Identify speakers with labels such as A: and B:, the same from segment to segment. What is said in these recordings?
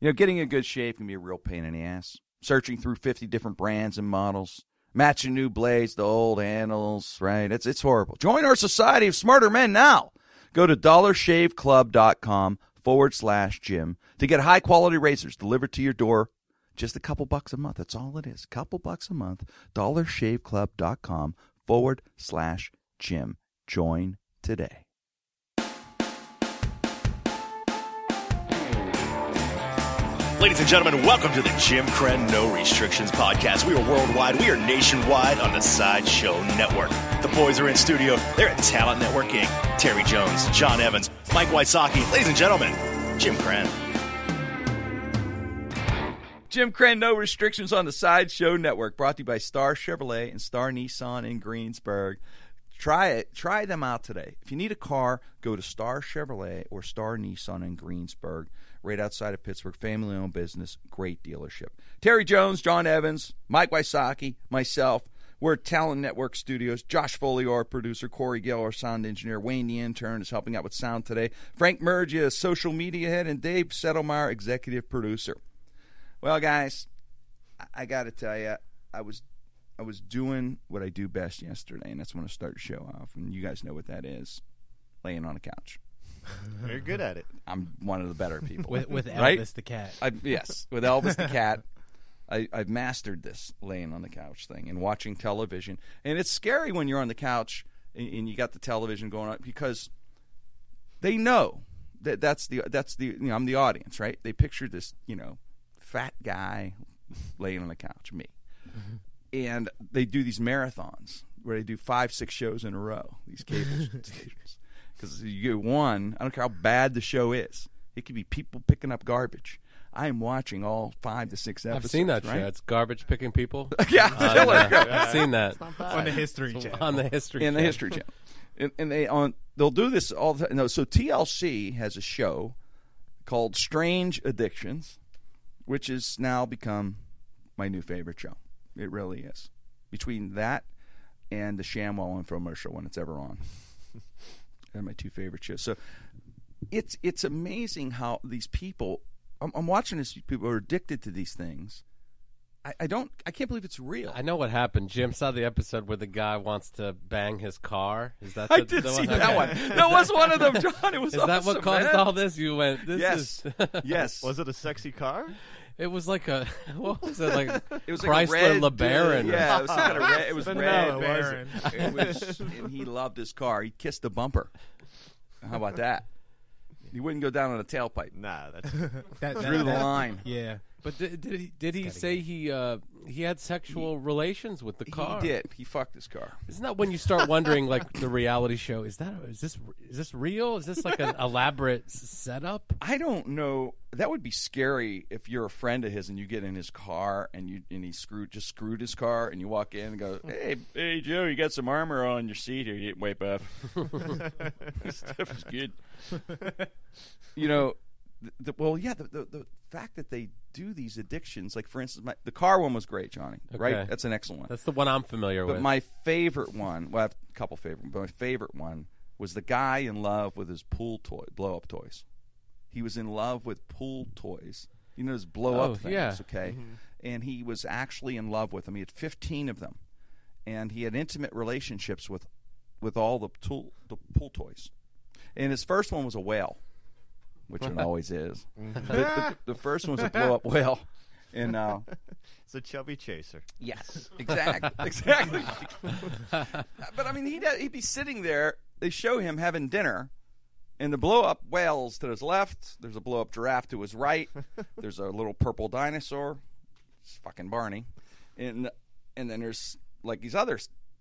A: You know, getting in good shape can be a real pain in the ass. Searching through 50 different brands and models, matching new blades to old handles, right? It's, it's horrible. Join our society of smarter men now. Go to dollarshaveclub.com forward slash gym to get high quality razors delivered to your door. Just a couple bucks a month. That's all it is. Couple bucks a month. Dollarshaveclub.com forward slash gym. Join today.
B: Ladies and gentlemen, welcome to the Jim Crenn No Restrictions Podcast. We are worldwide, we are nationwide on the Sideshow Network. The boys are in studio. They're at Talent Network Inc. Terry Jones, John Evans, Mike Wysocki. Ladies and gentlemen, Jim Crenn.
A: Jim Crenn, no restrictions on the Sideshow Network, brought to you by Star Chevrolet and Star Nissan in Greensburg. Try it. Try them out today. If you need a car, go to Star Chevrolet or Star Nissan in Greensburg, right outside of Pittsburgh. Family owned business, great dealership. Terry Jones, John Evans, Mike Wysocki, myself. We're at Talent Network Studios. Josh Foley, our producer, Corey Gill, our sound engineer, Wayne, the intern, is helping out with sound today. Frank Mergia, is social media head, and Dave Settlemeyer, executive producer. Well, guys, I- I got to tell you, I was I was doing what I do best yesterday, and that's when I start the show off. And you guys know what that is: laying on a couch.
C: You're good at it.
A: I'm one of the better people.
D: with with Elvis
A: Right?
D: the cat.
A: I, yes, with Elvis the cat, I, I've mastered this laying on the couch thing and watching television. And it's scary when you're on the couch and, and you got the television going on because they know that that's the that's the you know I'm the audience, right? They picture this you know fat guy laying on the couch, me,
E: Mm-hmm.
A: and they do these marathons where they do five six shows in a row. These cable stations. Because you get one, I don't care how bad the show is. It could be people picking up garbage. I am watching all five to six episodes.
E: I've seen that Uh,
A: right?
E: show. It's garbage picking people.
A: Yeah, there we go.
E: I've seen that
D: on the history channel.
E: on the history.
A: in the
E: Channel.
A: History Channel, and, and they on they'll do this all the time. No, so TLC has a show called Strange Addictions, which has now become my new favorite show. It really is. Between that and the Shamwell infomercial when it's ever on, they're my two favorite shows. So it's it's amazing how these people. I'm, I'm watching this. People are addicted to these things. I, I don't. I can't believe it's real.
E: I know what happened. Jim saw the episode where the guy wants to bang his car. Is that? The,
A: I did
E: the
A: see
E: Okay.
A: that one. That was one of them, John. It was.
E: Is that what
A: awesome,
E: caused
A: man.
E: all this? You went. This
A: Yes,
E: Is,
A: yes.
C: Was it a sexy car?
E: it was like a. What was it like?
A: It was like a
E: Chrysler
A: red,
E: LeBaron.
A: Yeah, it was some kind of red. It was
C: No,
A: red.
C: it wasn't.
A: It was, and he loved his car. He kissed the bumper. How about that? He wouldn't go down on a tailpipe.
C: Nah, that's
D: That, that,
A: Through the
D: that-
A: line.
D: Yeah.
E: But did, did he did he say he uh, he had sexual relations with the car?
A: He did. He fucked his car.
E: Isn't that when you start wondering, like the reality show? Is that is this is this real? Is this like an elaborate s- setup?
A: I don't know. That would be scary if you're a friend of his and you get in his car and you and he screwed just screwed his car and you walk in and go, hey, hey Joe, you got some armor on your seat here. You didn't wipe off. this stuff is good. you know, the, the, well, yeah, the, the the fact that they do these addictions, like for instance, my, the car one was great, Johnny. Right?
E: Okay.
A: That's an excellent one.
E: That's the one I'm familiar
A: But
E: with.
A: my favorite one, well, I have a couple favorite, but my favorite one was the guy in love with his pool toy, blow up toys. He was in love with pool toys. You know, those blow up
E: Oh,
A: things,
E: yeah.
A: okay? And he was actually in love with them. He had 15 of them, and he had intimate relationships with, with all the tool, the pool toys. And his first one was a whale, which it always is. the, the- the first one was a blow up whale, and. Uh,
C: it's a chubby chaser.
A: Yes, exactly, exactly. but I mean, he'd he'd be sitting there. They show him having dinner, and the blow up whales to his left. There's a blow up giraffe to his right. There's a little purple dinosaur. It's fucking Barney, and and then there's like these other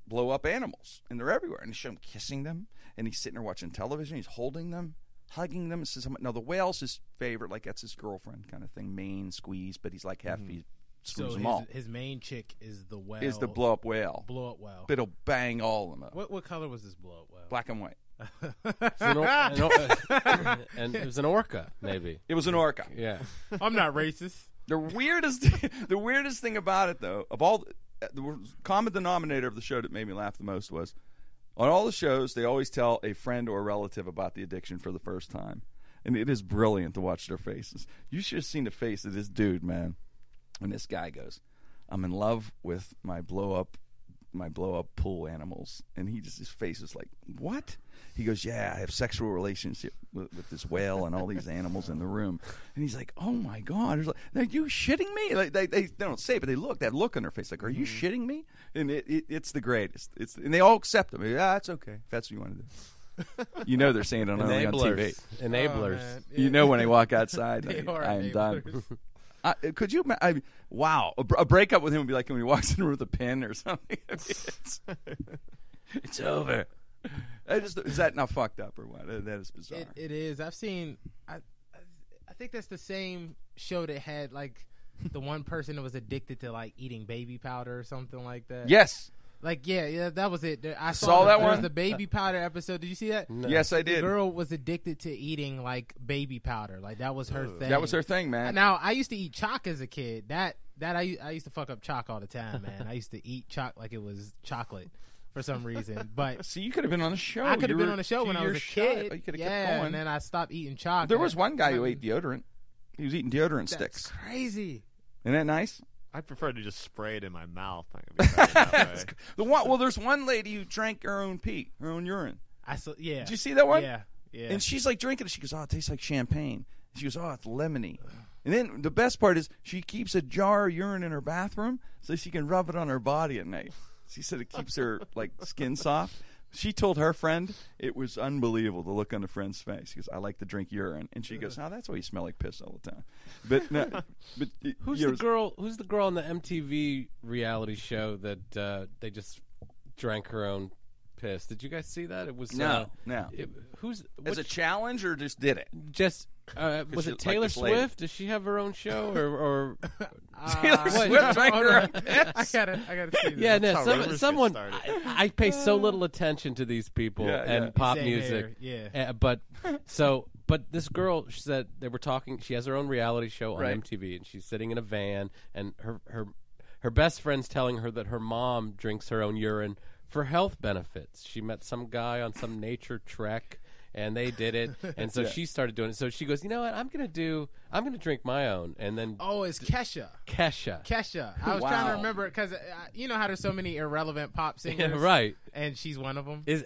A: blow up animals, and they're everywhere. And they show him kissing them, and he's sitting there watching television. He's holding them. Hugging them, and says, "No, the whale's his favorite. Like that's his girlfriend, kind of thing. Main squeeze, but he's like half he screws
D: So
A: them all
D: his, his main chick is the whale.
A: is the blow up whale.
D: blow up whale?
A: But It'll bang all of them up.
D: What what color was this blow up whale?
A: Black and white.
E: It was an or- an or- and it was an orca, maybe.
A: It was an orca.
E: Yeah.
D: I'm not racist.
A: The weirdest, the weirdest thing about it, though, of all the, the common denominator of the show that made me laugh the most was on all the shows they always tell a friend or a relative about the addiction for the first time, and it is brilliant to watch their faces. You should have seen the face of this dude, man, when this guy goes, "I'm in love with my blow up, my blow up pool animals," and he just his face is like, "What?" He goes, "Yeah, I have sexual relationship with, with this whale and all these animals in the room," and he's like, "Oh my god!" He's like, "Are you shitting me?" Like they, they, they don't say, it, but they look that look on their face, like, "Are you shitting me?" And it, it, it's the greatest. It's and they all accept him. Yeah, that's okay. If that's what you want to do. You know they're saying it on, only on TV.
E: Enablers.
D: Oh,
E: Enablers.
A: You know when I walk outside,
D: They
A: I,
D: are
A: I am done.
D: enablers.
A: I, could you? ima- I, wow, a, br- a breakup with him would be like when he walks in with a pen or something. it's, it's over. I just, is that not fucked up or what? Uh, That is bizarre.
D: It, it is. I've seen. I, I- I think that's the same show that had like the one person that was addicted to like eating baby powder or something like that.
A: yes,
D: Like yeah, yeah. That was it. There- I saw,
A: Saw
D: the-
A: that
D: there was
A: one?
D: The baby powder episode. Did you see that?
A: yes, I
D: The
A: did.
D: girl was addicted to eating like baby powder. Like that was her thing.
A: That was her thing, man.
D: Now I used to eat chalk as a kid. That that I I used to fuck up chalk all the time, man. I used to eat chalk like it was chocolate for some reason. But
A: See, you could have been on a show.
D: I could
A: You
D: have been
A: were
D: on a show when I
A: few
D: was a
A: years shy.
D: kid.
A: Oh, You could have
D: yeah,
A: kept going.
D: and then I stopped eating chalk.
A: there
D: and
A: was
D: I-
A: one guy who
D: I-
A: ate deodorant. He was eating deodorant
D: That's
A: sticks.
D: crazy.
A: Isn't that nice?
C: I prefer to just spray it in my mouth. I could be better that way.
A: The one, well, there's one lady who drank her own pee, her own urine.
D: I saw. Yeah.
A: Did you see that one?
D: Yeah. Yeah.
A: And she's like drinking it. She goes, "Oh, it tastes like champagne." She goes, "Oh, it's lemony." And then the best part is she keeps a jar of urine in her bathroom so she can rub it on her body at night. She said it keeps her like skin soft. She told her friend it was unbelievable to look on the friend's face. She goes, "I like to drink urine," and she goes, "Oh, that's why you smell like piss all the time." But no, but it-
E: Who's
A: yeah, it
E: the
A: was-
E: girl? Who's the girl on the MTV reality show that uh, they just drank her own piss? Did you guys see that? It was
A: No,
E: uh,
A: no.
E: It, who's
A: As
E: which,
A: a challenge or just did it?
E: just uh, was
A: she
E: it
A: like
E: Taylor
A: this lady.
E: Swift? Does she have her own show or? or
D: Uh,
A: Taylor Uh, Swift drank
D: Hold
A: her
D: on.
A: own piss.
D: I gotta. I gotta see. This.
E: yeah, no.
C: how rumors
E: Some,
C: get
E: someone.
C: started.
E: I, I pay so little attention to these people
A: Yeah,
E: and
A: yeah.
E: pop
D: Same
E: music.
D: here,
E: Uh, but so, but this girl she said they were talking. She has her own reality show on
A: Right.
E: MTV, and she's sitting in a van, and her her her best friend's telling her that her mom drinks her own urine for health benefits. She met some guy on some nature trek. And they did it, and so she started doing it. So she goes, "You know what? I'm gonna do. I'm gonna drink my own." And then
D: Oh, it's Kesha.
E: Kesha,
D: Kesha. I was
A: Wow.
D: trying to remember because uh, you know how there's so many irrelevant pop singers,
E: right?
D: And she's one of them.
E: Is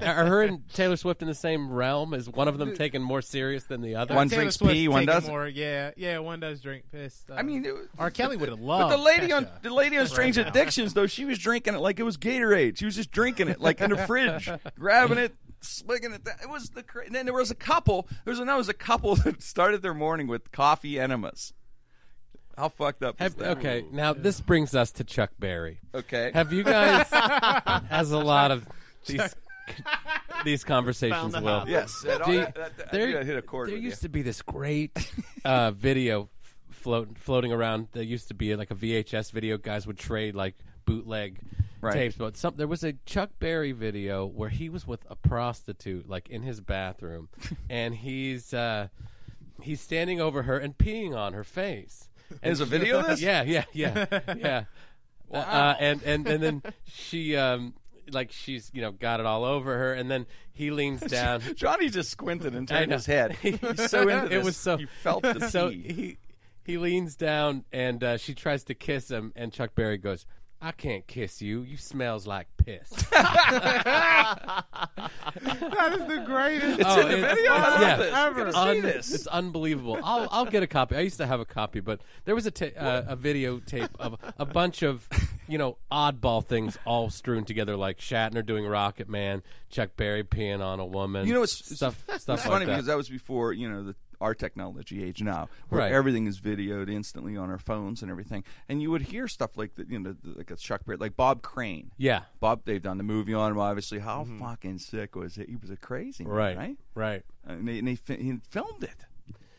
E: are her and Taylor Swift in the same realm? Is one of them taken more serious than the other?
A: One
D: Taylor
A: drinks
D: Swift's
A: pee, one
D: taking
A: doesn't.
D: More. Yeah, yeah, one does drink piss. uh,
A: I mean, it-
D: R. Kelly would have
A: But
E: Oh,
D: loved.
A: the lady on
D: Kesha.
A: the lady on Strange Addictions though, she was drinking it like it was Gatorade. She was just drinking it like in the fridge, grabbing it, swigging it. down. It was the cra- and then there was a couple. There was another was a couple that started their morning with coffee enemas. How fucked up is
E: Have-
A: that?
E: okay, now this brings us to Chuck Berry.
A: Okay.
E: Have you guys has a lot of these these
C: Found
E: conversations?
C: the
E: Will
C: house.
A: yes. That,
E: Do you-
A: that, that, I think that hit a chord.
E: there
A: with
E: used
A: you.
E: to be this great uh, video f- float, floating around. There used to be like a VHS video. Guys would trade like bootleg
A: Right.
E: tapes. But some, there was a Chuck Berry video where he was with a prostitute, like in his bathroom, and he's uh, he's standing over her and peeing on her face. And
A: There's a video of this?
E: Yeah, yeah, yeah, yeah. Uh, and and and then she. Um, like she's you know got it all over her, and then he leans down.
A: Johnny just squinted and
E: I
A: turned
E: know.
A: his head. He's so into
E: It
A: this.
E: was so-
A: you felt the
E: So
A: pee.
E: he he leans down and uh, she tries to kiss him, and Chuck Berry goes, "I can't kiss you. You smells like piss."
D: that is the greatest.
E: Oh,
A: in the
E: it's-
A: video. I love
E: yeah.
A: this. I'm gonna see
E: Un-
A: this.
E: It's unbelievable. I'll I'll get a copy. I used to have a copy, but there was a ta- uh, a videotape of a bunch of you know oddball things all strewn together, like Shatner doing Rocket Man, Chuck Berry peeing on a woman.
A: You know, it's
E: stuff
A: It's
E: stuff like
A: funny
E: that.
A: because that was before you know the our technology age now, where
E: Right.
A: everything is videoed instantly on our phones and everything. And you would hear stuff like that, you know, the- like a Chuck Berry, like Bob Crane.
E: yeah, Mm-hmm.
A: Bob, they've done the movie on him. Obviously, how fucking sick was it? He was a crazy man, right?
E: right, right.
A: And they, and they fi- he filmed it,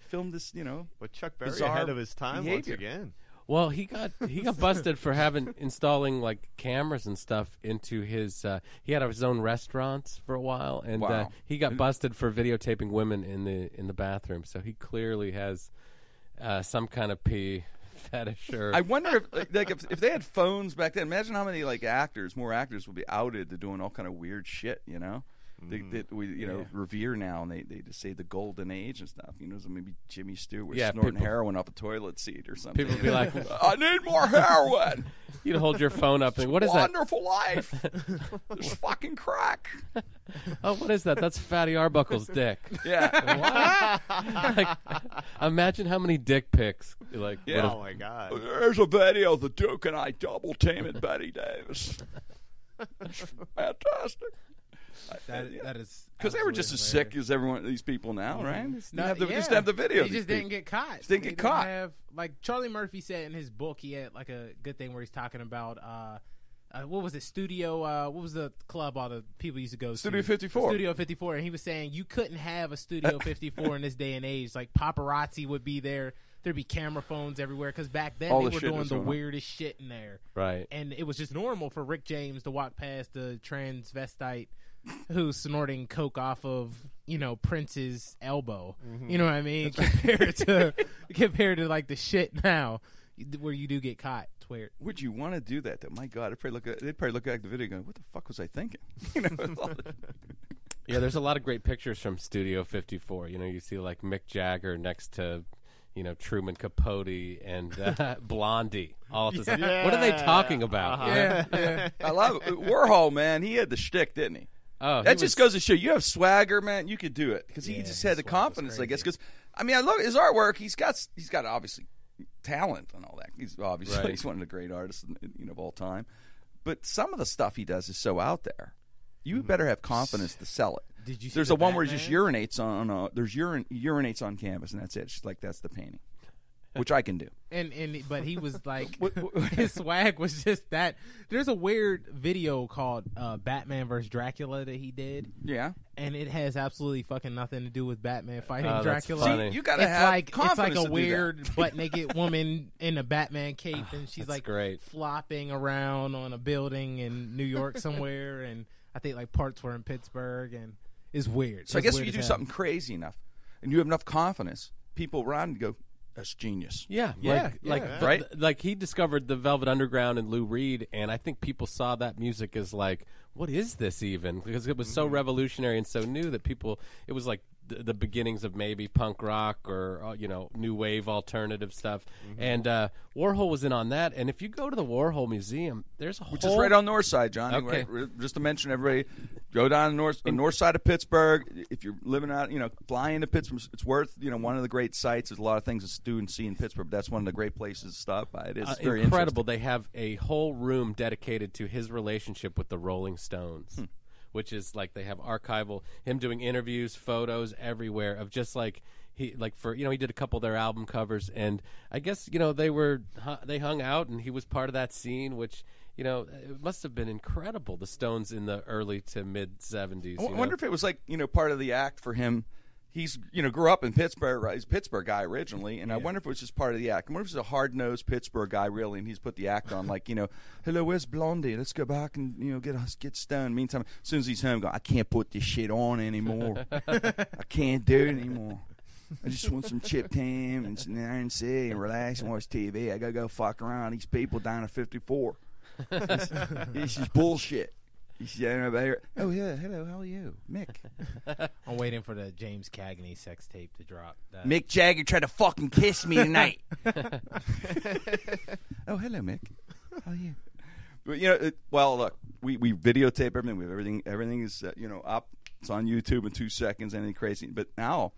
A: filmed this, you know.
C: But Chuck Berry
A: Bizarre
C: ahead of his time once
A: behavior.
C: again.
E: Well, he got he got busted for having installing like cameras and stuff into his. Uh, he had his own restaurants for a while, and uh,
A: Wow.
E: he got busted for videotaping women in the in the bathroom. So he clearly has uh, some kind of pee fetish. Or
A: I wonder if like, like if, if they had phones back then. Imagine how many like actors, more actors, would be outed to doing all kind of weird shit. You know,
E: Mm-hmm.
A: that, that we you know revere now, and they, they just say the golden age and stuff. You know, so maybe Jimmy Stewart
E: Yeah,
A: snorting
E: people-
A: heroin off a toilet seat or something.
E: People be like-
A: "I need more heroin."
E: You'd hold your phone up and what is that?
A: Wonderful life. There's fucking crack.
E: Oh, what is that? That's Fatty Arbuckle's dick.
A: Yeah.
E: Like, imagine how many dick pics like
A: Yeah.
E: would've-
C: Oh my god.
A: There's a video of the Duke and I double teaming Betty Davis. It's fantastic.
D: That, that is
A: Because they were just as sick as everyone, these people now, right? They just didn't have the, they just
D: yeah.
A: didn't have the video.
D: He
A: of these
D: just didn't
A: people.
D: get caught.
A: didn't
D: They
A: get caught.
D: Have, like Charlie Murphy said in his book, he had like a good thing where he's talking about uh, uh, what was it? Studio. Uh, what was the club all the people used to go
A: Studio
D: to?
A: 54.
D: Studio 54. And he was saying you couldn't have a Studio 54 in this day and age. Like paparazzi would be there. There'd be camera phones everywhere because back then
A: All
D: they
A: the
D: were
A: shit
D: doing
A: that's
D: the
A: going on.
D: weirdest shit in there.
E: Right.
D: And it was just normal for Rick James to walk past the transvestite who's snorting coke off of you know Prince's elbow. You know what I mean? compared to compared to like the shit now, where you do get caught. It's weird.
A: Would you want to do that? Though, my God, I'd probably look at, they'd probably look at the video going, "What the fuck was I thinking?" You know, it's all-
E: Yeah, there's a lot of great pictures from Studio 54. You know, you see like Mick Jagger next to, you know, Truman Capote and uh, Blondie. All at the same. What are they talking about? you know?
D: Yeah, yeah.
A: I love it. Warhol, man. He had the shtick, didn't he?
E: Oh,
A: that
E: he
A: just
E: was-
A: goes to show you have swagger, man. You could do it because he just had the confidence, I guess. Because I mean, I love his artwork. He's got he's got obviously talent and all that. He's obviously
E: Right.
A: he's one of the great artists you know of all time. But some of the stuff he does is so out there. You better have confidence to sell it.
D: Mm-hmm. Did you see
A: There's
D: the
A: a one where he just
D: Batman?
A: urinates on. Uh, there's urine urinates on canvas, and that's it. She's like, that's the painting, which I can do.
D: and and but he was like
A: What- what-
D: his swag was just that. There's a weird video called uh, Batman vs Dracula that he did,
A: Yeah.
D: and it has absolutely fucking nothing to do with Batman fighting
E: Oh, that's
D: Dracula.
E: funny.
A: You gotta
D: it's
A: have
D: like it's
A: confidence
D: like
A: to
D: a
A: do that.
D: weird butt naked woman in a Batman cape, and she's
E: that's
D: like
E: great.
D: flopping around on a building in New York somewhere, and I think like parts were in Pittsburgh, and it's weird.
A: So I
D: It's
A: guess if
D: weird
A: you do
D: as hell.
A: something crazy enough, and you have enough confidence, people around you go, "That's genius."
E: Yeah,
D: Yeah,
E: like,
D: yeah.
E: like the-
A: Right?
E: the- like he discovered the Velvet Underground and Lou Reed, and I think people saw that music as like, what is this even? Because it was so
D: Mm-hmm.
E: revolutionary and so new that people, it was like the, the beginnings of maybe punk rock or uh, you know new wave alternative stuff.
D: Mm-hmm.
E: And uh, Warhol was in on that. And if you go to the Warhol Museum, there's a
A: Which
E: whole
A: is right on the north side, Johnny.
E: Okay.
A: Right? Just to mention, everybody, go down the north, the north side of Pittsburgh. If you're living out, you know, fly into Pittsburgh, it's worth, you know, one of the great sites. There's a lot of things to do and see in Pittsburgh. But that's one of the great places to stop by. It is
E: uh,
A: It's very
E: incredible. They have a whole room dedicated to his relationship with the Rolling Stones,
A: Hmm.
E: which is like they have archival him doing interviews, photos everywhere of just like he like for you know he did a couple of their album covers, and I guess you know they were hu- they hung out and he was part of that scene, which. You know, it must have been incredible. The Stones in the early to mid seventies.
A: I Oh, wonder if it was like you know part of the act for him. He's you know grew up in Pittsburgh. Right? He's a Pittsburgh guy originally, and I wonder if it was just part of the act. I wonder if he's a hard nosed Pittsburgh guy really, and he's put the act on like you know, hello, where's Blondie? Let's go back and you know get us get stoned. Meantime, as soon as he's home, go I can't put this shit on anymore. I can't do it anymore. I just want some chip tam and some iron city and relax and watch TV. I gotta go fuck around. These people down at 54. This, this is bullshit. You see anybody here? Oh yeah, hello, how are you, Mick?
D: I'm waiting for the James Cagney sex tape to drop. That-
A: Mick Jagger tried to fucking kiss me tonight. oh hello, Mick. How are you? But you know, it, well, look, we, we videotape everything. We have everything. Everything is uh, you know up. It's on YouTube in two seconds. Anything crazy? But now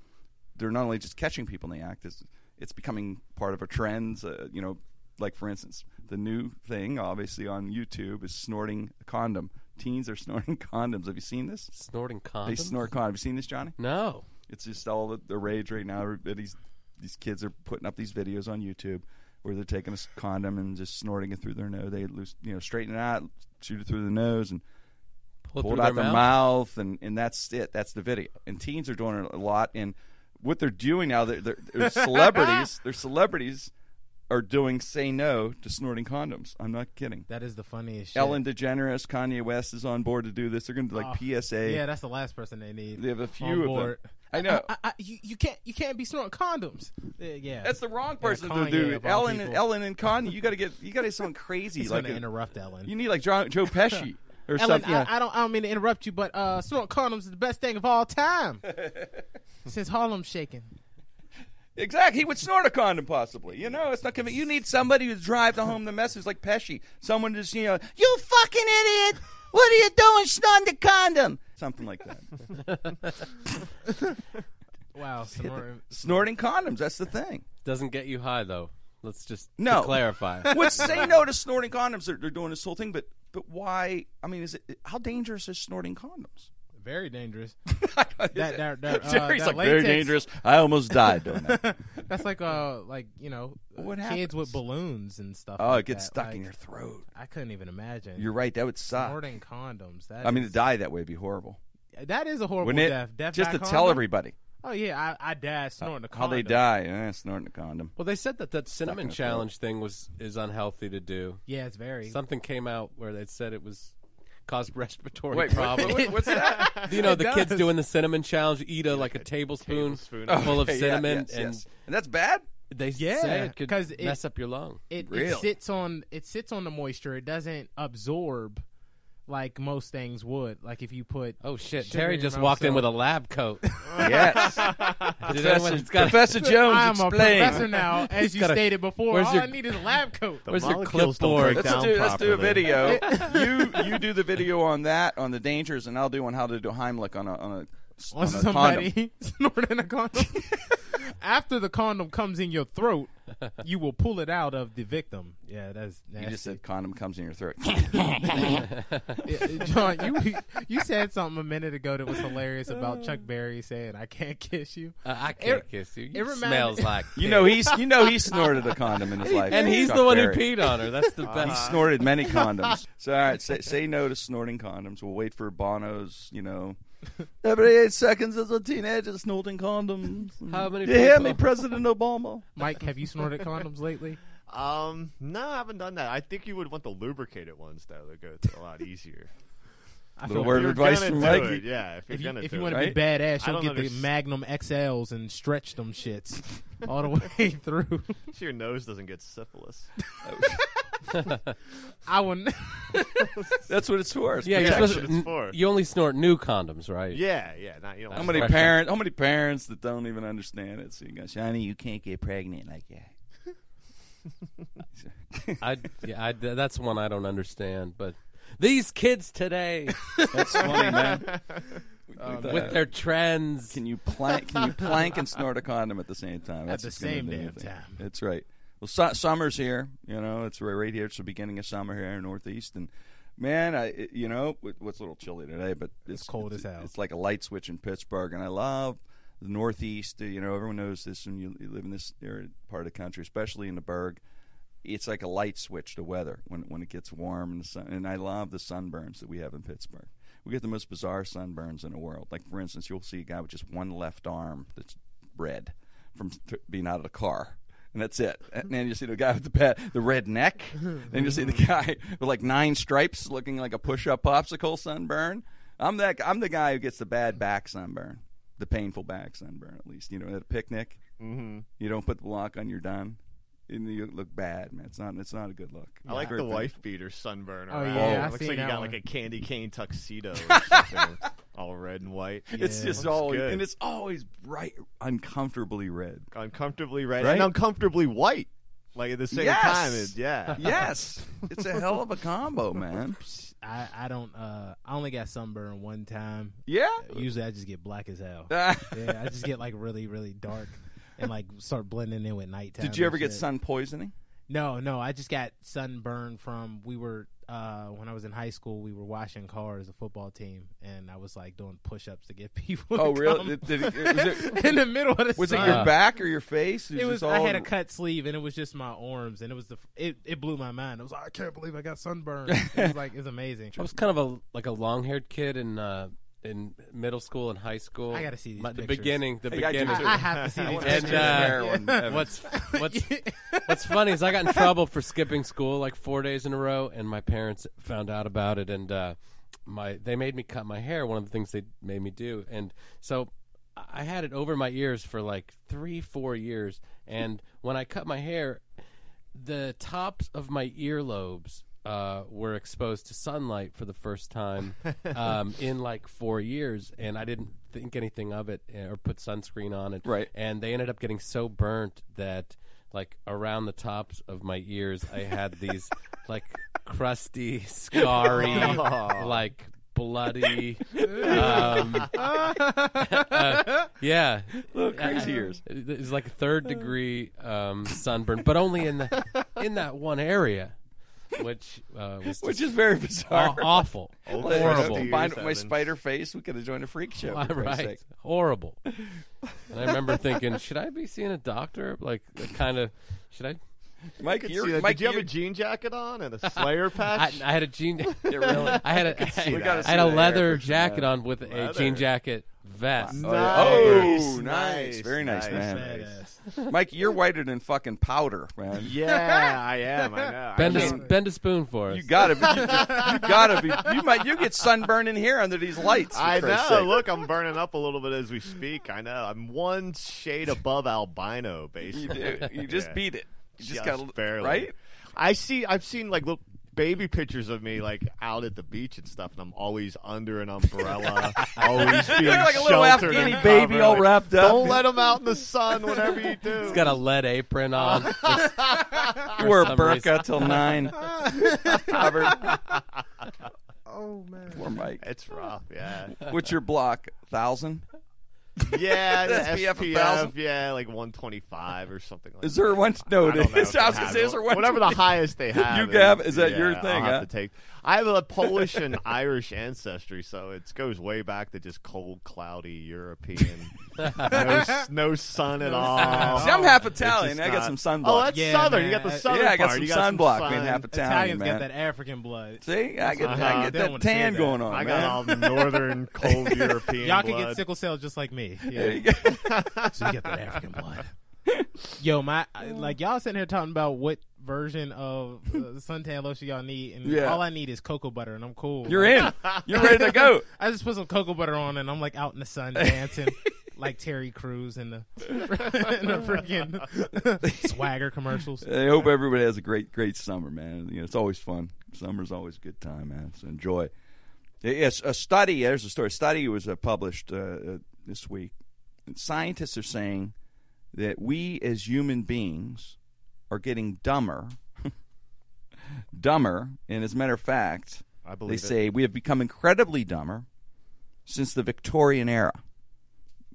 A: they're not only just catching people in the act. It's it's becoming part of a trend. Uh, you know, like for instance, the new thing obviously on YouTube is snorting a condom. Teens are snorting condoms. Have you seen this?
E: snorting condoms.
A: They snort condoms. Have you seen this, Johnny?
E: No,
A: It's just all the, the rage right now. Everybody's these kids are putting up these videos on YouTube where they're taking a s- condom and just snorting it through their nose. They loose, you know, straighten it out, shoot it through the nose, and
E: pull,
A: pull it
E: through
A: out
E: their
A: their mouth,
E: mouth.
A: and, and that's it. That's the video. And teens are doing it a lot. And what they're doing now, they're, they're, they're celebrities. They're celebrities are doing "Say No" to snorting condoms. I'm not kidding.
D: that is the funniest. shit.
A: Ellen DeGeneres, Kanye West is on board to do this. They're going to do like PSA.
D: Yeah, that's the last person they need.
A: They have a
D: on
A: few of them.
D: board.
A: I know.
D: I, I, you, you can't you can't be snorting condoms. Uh, yeah,
A: That's the wrong
D: Yeah,
A: person to
D: Kanye
A: do.
D: of all
A: Ellen,
D: people.
A: Ellen, and Kanye. You got to get. You got to get someone crazy.
D: He's
A: like
D: gonna
A: a-
D: interrupt Ellen.
A: you need like John, Joe Pesci or
D: Ellen,
A: something. yeah.
D: I, I don't. I don't mean to interrupt you, but uh, snort condoms is the best thing of all time since Harlem shaking.
A: Exactly. He would snort a condom, possibly. You know, it's not convenient. You need somebody to drive the home the message like Pesci. Someone just, you know, you fucking idiot. What are you doing snorting the condom? Something like that.
D: Wow, snoring.
A: Snorting condoms, that's the thing.
E: Doesn't get you high though. Let's just to
A: No.
E: clarify.
A: Would say no to snorting condoms. They're, they're doing this whole thing, but but why? I mean, is it how dangerous is snorting condoms?
D: very dangerous. That, that, that, uh,
A: Jerry's like
D: that latex,
A: very dangerous. I almost died doing that.
D: That's like uh, like you know,
A: What
D: kids
A: happens?
D: with balloons and stuff.
A: Oh,
D: like
A: it gets
D: that.
A: stuck in
D: Like,
A: your throat.
D: I couldn't even imagine.
A: You're right. That would suck.
D: snorting condoms. That
A: I mean, to
D: is-
A: die that way would be horrible.
D: that is a horrible
A: Wouldn't it?
D: death. death
A: Just
D: by
A: to tell
D: condom?
A: everybody
D: Oh yeah, I, I died snorting a condom.
A: how they die. Eh, snorting a condom.
E: well, they said that that cinnamon
A: in a throat.
E: challenge thing was is unhealthy to do.
D: Yeah, it's very.
E: Something came out where they said it was caused respiratory
A: Wait, what-
E: problems.
A: what- what's that?
E: you know, the kids
D: does.
E: doing the cinnamon challenge, eat a like a, tablespoon,
C: tablespoon of-
E: full of
A: Okay, yeah,
E: cinnamon,
A: yes,
E: and
A: yes. and that's bad.
E: they say
D: Yeah,
E: it could
D: 'cause it-
E: mess up your lung.
D: it,
A: Really?
D: it sits on it sits on the moisture. It doesn't absorb like most things would. Like if you put
A: Uh,
E: Oh shit!
D: Sugar
E: Terry
D: in your
E: just
D: mouth,
E: walked in
D: so-
E: with a lab coat.
A: Yes,
E: Did anyone-
A: Professor,
E: it's got a-
A: Professor Jones,
D: I'm
A: explain.
D: a professor now, as you
E: gotta-
D: stated before.
E: where's
D: All
E: your-
D: I need is a lab coat.
C: The
E: Where's your
C: molecules don't
E: clipboard?
C: break
A: Let's
C: down
A: do, let's do a
C: properly.
A: video. you you do the video on that on the dangers, and I'll do on how to do Heimlich on a on a,
D: on
A: on a condom.
D: somebody snorting a condom. After the condom comes in your throat, you will pull it out of the victim. Yeah, that's
A: You
D: nasty.
A: just said condom comes in your throat.
D: Yeah, John, you you said something a minute ago that was hilarious about Chuck Berry saying, "I can't kiss you."
E: Uh, I can't
D: It-
E: kiss you. You
D: it reminded-
E: smells like
A: You know he's you know he snorted a condom in his life,
E: and he's
A: Chuck
E: the one
A: Berry.
E: who peed on her. That's the
A: He
E: best.
A: snorted many condoms. So all right, say, say no to snorting condoms. We'll wait for Bono's. You know, every eight seconds is a teenager snorting condoms.
E: How many
A: You hear me,
E: people?
A: President Obama?
D: Mike, have you snorted condoms lately?
C: Um, no, I haven't done that. I think you would want the lubricated ones though. They go through a lot easier.
D: I
A: Little
D: feel
A: word of
C: You're
A: advice
C: gonna
A: from
C: do
A: Mikey.
C: it, Yeah, if you're
D: If you,
C: gonna
D: if
C: do
D: you
C: it.
D: want to
A: right?
D: be badass,
C: I
D: you'll
C: don't
D: get the
C: understand.
D: Magnum XLs and stretch them shits all the way through.
C: So your nose doesn't get syphilis.
D: I wouldn't.
A: That's what it's for. It's
E: Yeah, you're
C: Yeah,
E: supposed
C: that's
E: to,
C: what it's for.
E: n- you only snort new condoms, right?
C: yeah, yeah. Not you don't.
A: How
C: want
A: many
E: Pressure.
A: parents? How many parents that don't even understand it? So you go, Shiny, you can't get pregnant like that.
E: I, yeah, I, that's one I don't understand. But these kids today, that's funny, man. with their trends,
A: Can you plank? Can you plank and snort a condom at the same time? That's
D: the
A: just gonna
D: same
A: be
D: damn
A: the thing.
D: time.
A: That's right. Well, su- summer's here. You know, it's right right here. It's the beginning of summer here in Northeast, and man, I it- you know it- what's a little chilly today, but it's,
D: cold
A: it's-
D: as hell.
A: It's like a light switch in Pittsburgh, and I love the Northeast. You know, everyone knows this, and you, you live in this area, part of the country, especially in the Berg. It's like a light switch to weather when when it gets warm and the sun. And I love the sunburns that we have in Pittsburgh. We get the most bizarre sunburns in the world. Like for instance, you'll see a guy with just one left arm that's red from t- being out of the car. And that's it. And then you see the guy with the pet, the red neck. Then you see the guy with like nine stripes, looking like a push-up popsicle sunburn. I'm that. I'm the guy who gets the bad back sunburn, the painful back sunburn. At least you know at a picnic, mm-hmm. you don't put the block on. You're done. And you look bad, man. It's not. It's not a good look.
C: I like
A: Very
C: the
A: painful.
C: wife beater sunburn.
D: Oh,
C: around.
D: yeah, I
C: looks
D: seen
C: like you
D: that
C: got
D: one.
C: like a candy cane tuxedo, or something, all red and white.
A: It's
D: Yeah.
A: just
C: Looks
A: always
C: good.
A: and it's always bright, uncomfortably red.
C: uncomfortably red
A: Right?
C: and uncomfortably white. Like at the same
A: Yes.
C: time, it, yeah.
A: Yes, it's a hell of a combo, man.
D: I, I don't. Uh, I only got sunburn one time.
A: Yeah.
D: Usually, I just get black as hell.
A: Ah.
D: yeah, I just get like really, really dark and like start blending in with nighttime.
A: Did you
D: and
A: ever get
D: shit.
A: sun poisoning?
D: No, no, I just got sunburned from we were uh when I was in high school, we were washing cars, the football team, and I was like doing push ups to get people
A: Oh,
D: to
A: really?
D: come
A: Did- did it- was it-
D: in the middle of the
A: Was it
D: sun.
A: your back or your face?
D: Uh, It was
A: just
D: I
A: all-
D: had a cut sleeve and it was just my arms and it was the it, it blew my mind. I was like, I can't believe I got sunburned. It was like it's amazing.
E: I was kind of a like a long haired kid in uh, in middle school and high school.
D: I gotta see these
E: My- the
D: pictures.
E: beginning. The
A: I do
E: beginning.
A: too.
D: I have to see these
A: wanna
E: And,
A: see
D: pictures.
A: the
E: uh,
A: hair on Evan.
E: What's what's what's funny is I got in trouble for skipping school like four days in a row, and my parents found out about it, and uh, my they made me cut my hair. One of the things they made me do, and so I had it over my ears for like three, four years, and when I cut my hair, the tops of my earlobes uh, were exposed to sunlight for the first time um, in like four years, and I didn't think anything of it eh, or put sunscreen on it.
A: Right.
E: and they ended up getting so burnt that like around the tops of my ears, I had these like crusty, scarry, like bloody. Um, uh, yeah,
A: Little crazy ears.
E: it- It's like third degree um, sunburn, but only in the in that one area, which uh, was just
A: Which is very
E: aw-
A: bizarre.
E: awful,
A: Well, you know,
E: horrible,
C: Steve.
A: Combined with my
C: Seven.
A: spider face, we could have joined a freak show. for Christ's
E: right?
A: sake.
E: Horrible. And I remember thinking, should I be seeing a doctor? Like, kind of, should I?
A: Mike,
C: Could
A: you're,
C: see that.
A: Mike,
C: Did you have
A: you're,
C: a jean jacket on and a Slayer
E: I,
C: patch?
E: I had a jean.
A: Yeah, really.
E: I had a,
C: see that.
E: I, had a
A: We gotta see the hair
E: leather
A: picture,
E: jacket
A: man.
E: on with a
C: Leather.
E: jean jacket vest.
A: Oh, yeah.
C: Nice,
A: Oh, nice. Very nice, man.
D: Badass.
A: Mike, you're whiter than fucking powder, man.
C: Yeah, I am. I know.
E: Bend
C: I
E: a,
C: can't-
E: bend a spoon for us.
A: You gotta be. You gotta be. You might. You get sunburned in here under these lights. for
C: I know.
A: Christ's sake.
C: Look, I'm burning up a little bit as we speak. I know. I'm one shade above albino,
A: You,
C: basically.
A: do. you just
C: Yeah.
A: beat it. You just,
C: Just
A: gotta
C: barely.
A: right.
C: I see. I've seen like little baby pictures of me like out at the beach and stuff, and I'm always under an umbrella, always being
A: look like a little
C: sheltered and
A: Afghani baby
C: covered.
A: all
C: Like,
A: wrapped up.
C: Don't let them out in the sun. Whatever you do,
E: He's got a lead apron on. Just-
A: You wore a
E: some reason.
A: burqa till nine. Covered.
D: Oh man.
A: Poor Mike.
C: it's rough. Yeah,
A: What's your block? Thousand.
C: yeah. the
A: SPF,
C: SPF,
A: 1000?
C: yeah, like 125 or something. Like
A: Is
C: that.
A: there one? No,
C: I
A: it
C: don't know
A: is.
C: if
A: I
C: they
A: was gonna
C: have
A: say,
C: it.
A: is there one?
C: Whatever the highest they have.
A: You have-
C: it-
A: is that
C: yeah,
A: your thing,
C: I'll have
A: huh?
C: to take. I have a Polish and Irish ancestry, so it goes way back to just cold, cloudy European. no, s- no sun at all.
A: See, I'm half
C: It's
A: Italian.
C: just
A: I got some sunblock.
C: Oh, that's
D: Yeah,
C: southern. You
D: man.
C: got the southern
A: yeah, I got
C: part.
A: some
C: You
A: sunblock.
C: sun.
A: being half Italian,
D: Italians
A: man.
D: got that African blood.
A: See, I get,
C: Uh-huh.
A: I get
D: They don't
A: that
D: wanna say
A: tan
D: that.
A: going on,
C: I
A: man.
C: got all northern cold European.
D: Y'all
C: blood.
D: can get sickle cell just like me. Yeah.
A: There you go.
D: so you get that African blood. Yo, my I- like y'all sitting here talking about what version of uh, suntan lotion y'all need, and
A: Yeah.
D: all I need is cocoa butter, and I'm cool.
A: You're in. You're ready to go.
D: I just put some cocoa butter on, and I'm like out in the sun dancing like Terry Crews in the in the freaking swagger commercials.
A: I hope everybody has a great, great summer, man. You know, it's always fun. Summer's always a good time, man. So enjoy. Yes, a study. There's a story. A study was uh, published uh, uh, this week. Scientists are saying that we as human beings are getting dumber, dumber, and as a matter of fact,
C: I
A: they
C: believe it.
A: say we have become incredibly dumber since the Victorian era.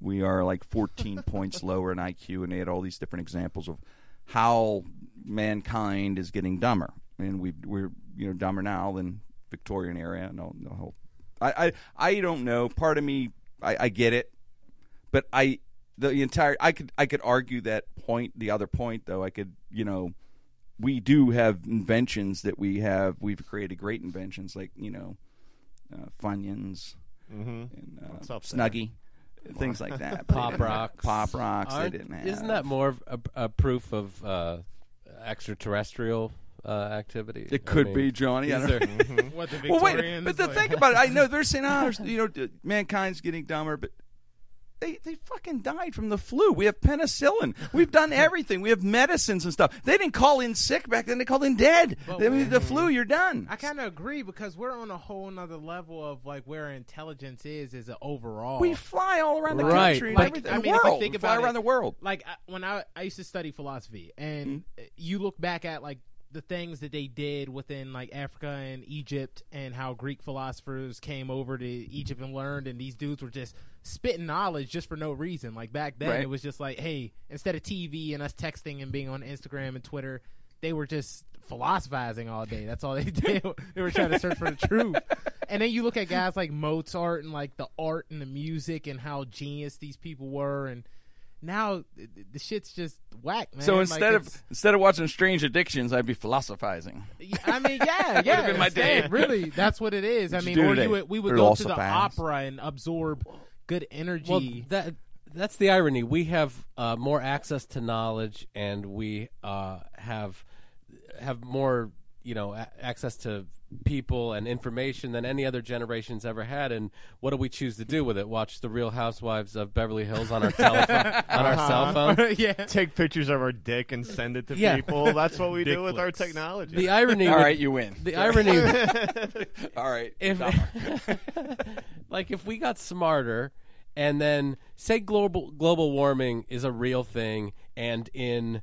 A: We are like 14 points lower in IQ, and they had all these different examples of how mankind is getting dumber, and we we're you know dumber now than Victorian era. No, no, whole- I I I don't know. Part of me, I, I get it, but I the entire I could I could argue that point. The other point, though, I could you know we do have inventions that we have. We've created great inventions like you know, uh, Funyuns and
C: Mm-hmm. What's
A: uh,
C: up there?
A: Snuggy, things like that.
E: Pop
A: They didn't-
E: rocks.
A: pop rocks.
E: Aren't-
A: they didn't have.
E: Isn't that more of a, a proof of uh, extraterrestrial uh, activity?
A: It
E: I
A: could
E: mean,
A: be Johnny. I
E: these
A: don't
E: are-
D: What the
A: well,
D: Victorians?
A: wait, but the
D: like-
A: thing about it, I know they're saying, oh, there's- you know, d- mankind's getting dumber, but they they fucking died from the flu. We have penicillin. We've done everything. We have medicines and stuff. They didn't call in sick back then. They called in dead. I mean, the flu, you're done.
D: I kind of agree because we're on a whole nother level of like where intelligence is as an overall.
A: we fly all around the
E: Right.
A: country, and
E: Like,
A: everything.
D: I
A: the
D: mean, if
A: world.
D: you think
A: We fly
D: about it-
A: around the world. Mm-hmm.
D: like I, when I I used to study philosophy, and uh you look back at like the things that they did within like Africa and Egypt, and how Greek philosophers came over to Egypt and learned, and these dudes were just spitting knowledge just for no reason. Like back then,
A: Right.
D: it was just like, hey, instead of TV and us texting and being on Instagram and Twitter, they were just philosophizing all day. That's all they did. they were trying to search for the truth. And then you look at guys like Mozart and like the art and the music and how genius these people were and now th- th- the shit's just whack, man.
A: So
D: Like,
A: instead of
D: it's-
A: instead of watching Strange Addictions, I'd be philosophizing.
D: y- I mean, yeah, yeah,
A: been my
D: instead,
A: day.
D: really, that's what it is. I
A: What'd you
D: mean,
A: do
D: or
A: today?
D: you would, we would
A: They're
D: go
A: all
D: to
A: so
D: the
A: fast.
D: opera and absorb good energy.
E: Well, that that's the irony. We have uh, more access to knowledge, and we uh, have have more you know a- access to people and information than any other generation's ever had. And what do we choose to do with it? Watch the Real Housewives of Beverly Hills on our telephone, on our cell
A: Uh-huh.
E: phone.
D: yeah.
C: Take pictures of our dick and send it to
E: Yeah.
C: people. That's what we do with our
F: Dicklets.
C: technology.
E: The irony.
A: All
E: would-
A: right, you win.
E: The irony.
A: All right.
E: if like if we got smarter and then say global global warming is a real thing and in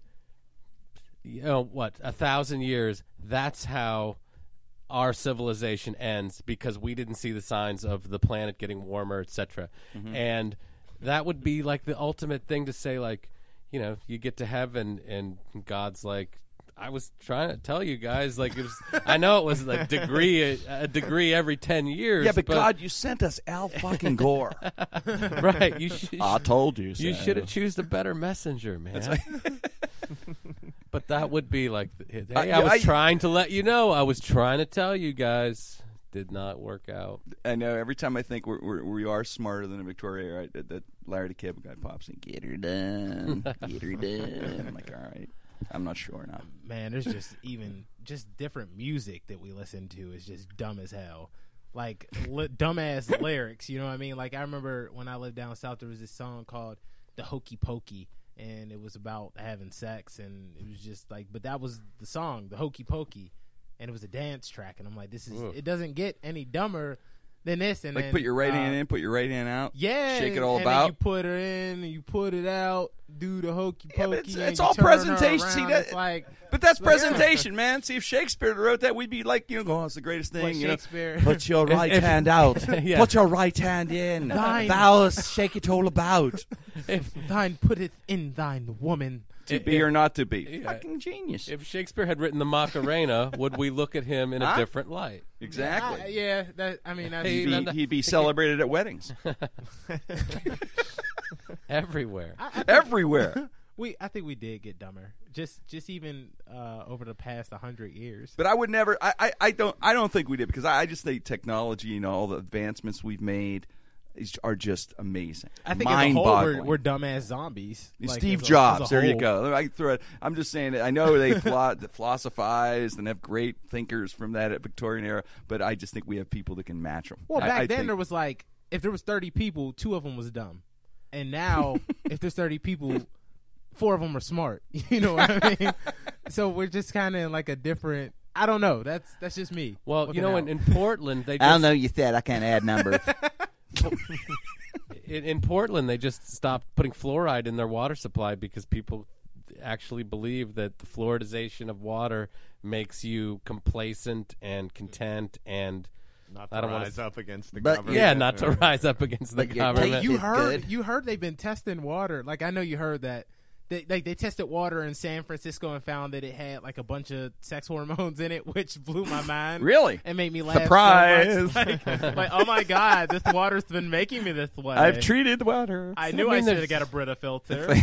E: you know what a thousand years that's how our civilization ends because we didn't see the signs of the planet getting warmer etc
A: Mm-hmm.
E: and that would be like the ultimate thing to say like you know you get to heaven and god's like i was trying to tell you guys like it was i know it was like degree a degree every 10 years
A: yeah, but, God, you sent us Al fucking Gore.
E: right you should
A: told you.
E: you should have choose a better messenger, man. but that would be like, hey,
A: yeah,
E: I was
A: I-
E: trying to let you know. I was trying to tell you guys. Did not work out.
A: I know. Every time I think we're, we're, we are smarter than a Victoria, right? That, that Larry the Cable guy pops in. Get her done. Get her done. I'm like, all right. I'm not sure now.
D: Man, there's just even just different music that we listen to is just dumb as hell. Like li- dumbass lyrics, you know what I mean? Like I remember when I lived down south, there was this song called "The Hokey Pokey," and it was about having sex, and it was just like, but that was the song, "The Hokey Pokey," and it was a dance track, and I'm like, this is it doesn't get any dumber than this. And
A: Like,
D: then,
A: put your right
D: uh,
A: hand in, put your right hand out.
D: Yeah,
A: Shake it
D: and-
A: all
D: and then
A: about.
D: You put her in, and you put it out. Do the hokey pokey.
A: Yeah, but it's,
D: and
A: it's
D: you
A: all
D: turn her
A: presentation. See
D: around,
A: that?
D: it's like,
A: but that's
D: Look, yeah.
A: presentation, man. See if Shakespeare wrote that, we'd be like, you know, oh, it's the greatest thing.
D: Like
A: you know,
D: Shakespeare.
A: put your right
E: if-
A: hand out.
E: Yeah.
A: Put your right hand in.
D: Thine.
A: Thou shake it all about.
E: If
D: thine putteth in thine woman.
A: to
E: If-
A: be or not to be.
E: yeah.
A: Fucking genius.
E: if Shakespeare had written the Macarena, would we look at him in a
A: Huh?
E: different light?
A: exactly.
D: I- Ah, yeah, that, I mean, that's,
E: Hey,
A: He'd, be,
E: Linda.
A: he'd be celebrated at weddings
E: Everywhere.
A: everywhere.
D: we. I think we did get dumber. Just, just even uh, over the past hundred years.
A: But I would never. I, I, I don't. I don't think we did because I, I just think technology and all the advancements we've made is, are just amazing.
D: I think as a whole,
A: mind-boggling.
D: we're, we're dumbass zombies. Like,
A: Steve
D: as a- as a
A: Jobs. There you
D: whole.
A: go. I can throw it. I'm just saying. That I know they phlo- that philosophized and have great thinkers from that Victorian era, but I just think we have people that can match them.
D: Well, back then there was like, if there was thirty people, two of them was dumb, and now if there's thirty people, four of them are smart. You know what I mean? so we're just kind of in like a different. I don't know. That's that's just me.
E: Well, you
D: looking
E: know,
D: out.
E: in, in Portland, they just,
A: You said I can't add numbers.
E: in, in Portland they just stopped putting fluoride in their water supply because people actually believe that the fluoridization of water makes you complacent and content and
C: not
E: I
C: to
E: don't wanna
C: rise
E: s-
C: up against the
A: But-
C: government.
E: yeah, not to
C: Yeah.
E: rise up against the
A: But you're
E: government.
A: taking-
D: You
A: It's
D: heard
A: good.
D: you heard they've been testing water. Like I know you heard that. They, like they tested water in San Francisco and found that it had like a bunch of sex hormones in it, which blew my mind.
A: Really?
D: and made me laugh. so
A: Surprise.
D: much. Like, like, oh my god, this water's been making me this way.
A: I've treated the water.
D: I
E: Does
D: knew
E: that
D: I
E: mean
D: should have
E: there's-
D: got a Brita filter.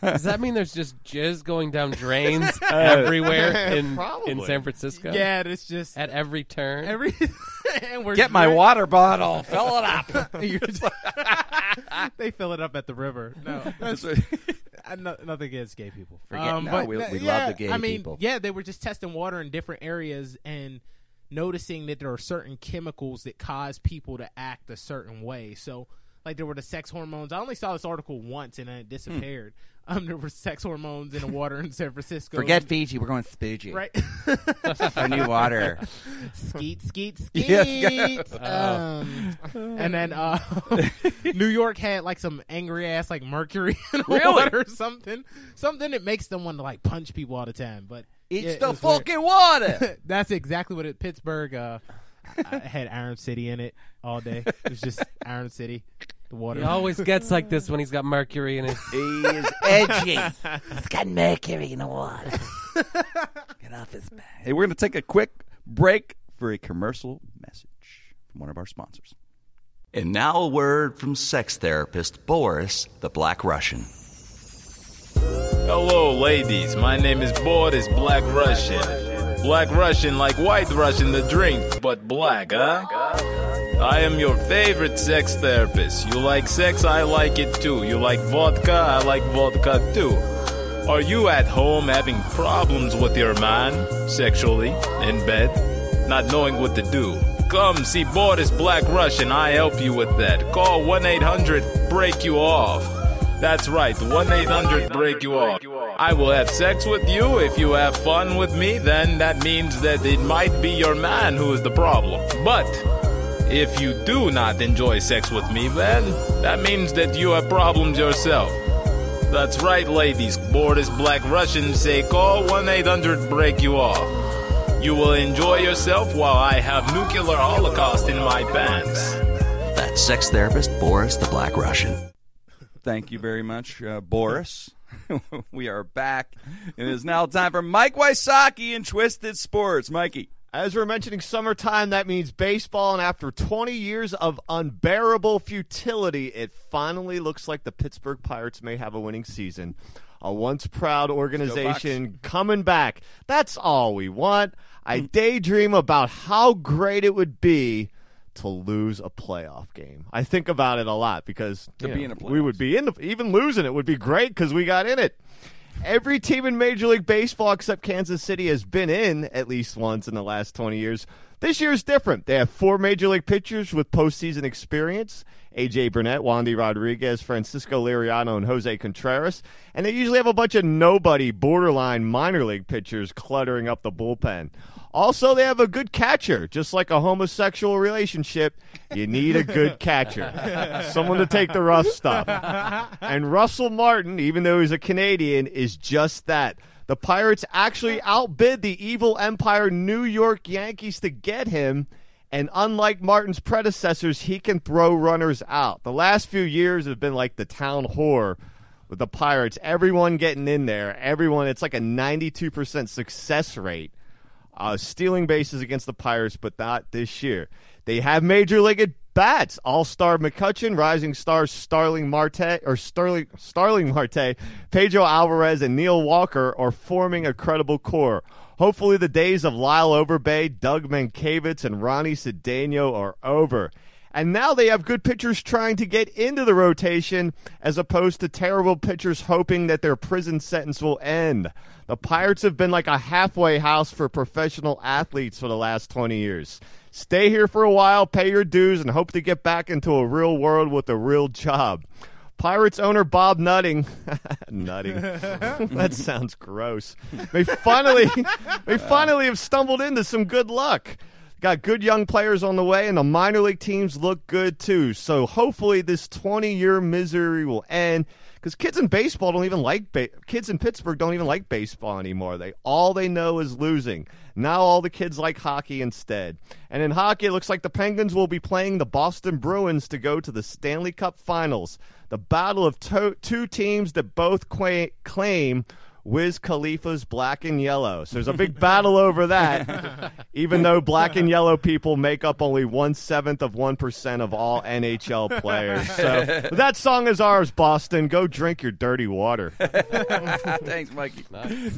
E: Does that mean there's just jizz going down drains everywhere in in
C: Probably.
E: San Francisco?
D: yeah, it's just
E: At every turn.
D: every. and we're
A: Get my
D: drink-
A: water bottle. Fill it up.
D: You're just- they fill it up at the river. No, that's, I, no nothing against gay people.
A: Forget- no, we-
D: th-
A: we love
D: yeah,
A: the gay
D: I mean,
A: people.
D: yeah, they were just testing water in different areas and noticing that there are certain chemicals that cause people to act a certain way. So, like, there were the sex hormones. I only saw this article once and then it disappeared.
A: Hmm.
D: Um, there were sex hormones in the water in San Francisco.
A: Fiji. We're going Fiji.
D: right.
A: Our new water.
D: skeet skeet skeet.
A: Yeah. Oh.
D: Um, and then uh, New York had like some angry ass like mercury in the
A: Really?
D: water or something, something that makes them want to like punch people all the time. But yeah, it was weird.
A: water.
D: That's exactly what it. Pittsburgh uh, I had Iron City in it all day. It was just Iron City. The water.
E: He always gets like this when he's got mercury in it.
A: he is edgy. He's got mercury in the water. Get off his back. Hey, we're going to take a quick break for a commercial message from one of our sponsors.
G: And now a word from sex therapist Boris the Black Russian.
H: Hello, ladies. My name is Boris Black Russian. Black Russian, like white Russian, the drink, but black, huh? I am your favorite sex therapist. You like sex, I like it too. You like vodka, I like vodka too. Are you at home having problems with your mind, sexually, in bed, not knowing what to do? Come see Boris Black Russian. I help you with that. Call 1 800 Break You Off. That's right, 1 800 Break You Off. I will have sex with you if you have fun with me, then that means that it might be your man who is the problem. But if you do not enjoy sex with me, then that means that you have problems yourself. That's right, ladies. Boris Black Russians say call 1 800 break you off. You will enjoy yourself while I have nuclear holocaust in my pants.
G: That's sex therapist Boris the Black Russian.
A: Thank you very much, uh, Boris. we are back. It is now time for Mike Wysocki and Twisted Sports. Mikey.
C: As we're mentioning summertime, that means baseball, and after 20 years of unbearable futility, it finally looks like the Pittsburgh Pirates may have a winning season. A once proud organization coming back. That's all we want. I daydream about how great it would be to lose a playoff game. I think about it a lot because
A: To
C: you
A: be
C: know,
A: in a
C: we would be in the even losing it would be great because we got in it. Every team in Major League Baseball except Kansas City has been in at least once in the last 20 years. This year is different. They have four Major League pitchers with postseason experience A.J. Burnett, Wandy Rodriguez, Francisco Liriano, and Jose Contreras. And they usually have a bunch of nobody, borderline minor league pitchers cluttering up the bullpen. Also, they have a good catcher, just like a homosexual relationship. You need a good catcher, someone to take the rough stuff. And Russell Martin, even though he's a Canadian, is just that. The Pirates actually outbid the evil empire New York Yankees to get him. And unlike Martin's predecessors, he can throw runners out. The last few years have been like the town whore with the Pirates. Everyone getting in there, everyone, it's like a 92% success rate uh, stealing bases against the Pirates, but not this year. They have major league at bats. All star McCutcheon, rising stars Starling Marte or Sterling Starling Marte, Pedro Alvarez, and Neil Walker are forming a credible core. Hopefully, the days of Lyle Overbay, Doug Mankiewicz, and Ronnie Cedeno are over. And now they have good pitchers trying to get into the rotation as opposed to terrible pitchers hoping that their prison sentence will end. The Pirates have been like a halfway house for professional athletes for the last 20 years. Stay here for a while, pay your dues, and hope to get back into a real world with a real job. Pirates owner Bob Nutting, Nutting, that sounds gross. They finally, they finally have stumbled into some good luck. Got good young players on the way, and the minor league teams look good too. So hopefully, this 20 year misery will end because kids in baseball don't even like ba- kids in Pittsburgh don't even like baseball anymore. They all they know is losing. Now all the kids like hockey instead. And in hockey, it looks like the Penguins will be playing the Boston Bruins to go to the Stanley Cup Finals, the battle of to- two teams that both qua- claim Wiz Khalifa's black and yellow. So there's a big battle over that, even though black and yellow people make up only one seventh of 1% of all NHL players. So that song is ours, Boston. Go drink your dirty water.
A: Thanks, Mikey.